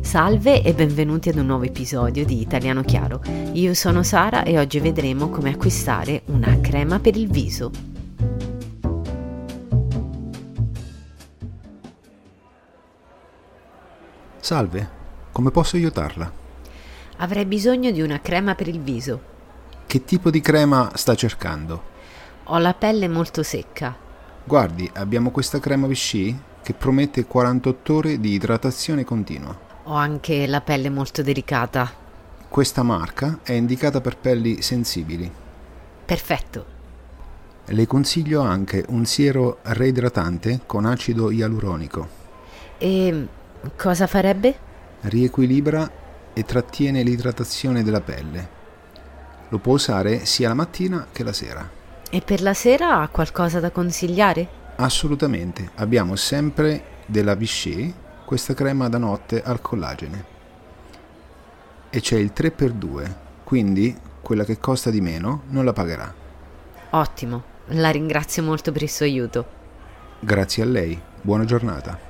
salve e benvenuti ad un nuovo episodio di Italiano Chiaro. Io sono Sara e oggi vedremo come acquistare una crema per il viso. Salve, come posso aiutarla? Avrei bisogno di una crema per il viso. Che tipo di crema sta cercando? Ho la pelle molto secca. Guardi, abbiamo questa crema Vichy che promette 48 ore di idratazione continua. Ho anche la pelle molto delicata. Questa marca è indicata per pelli sensibili. Perfetto. Le consiglio anche un siero reidratante con acido ialuronico. E cosa farebbe? riequilibra e trattiene l'idratazione della pelle. Lo può usare sia la mattina che la sera. E per la sera ha qualcosa da consigliare? Assolutamente, abbiamo sempre della Vichy, questa crema da notte al collagene. E c'è il 3x2, quindi quella che costa di meno non la pagherà. Ottimo, la ringrazio molto per il suo aiuto. Grazie a lei, buona giornata.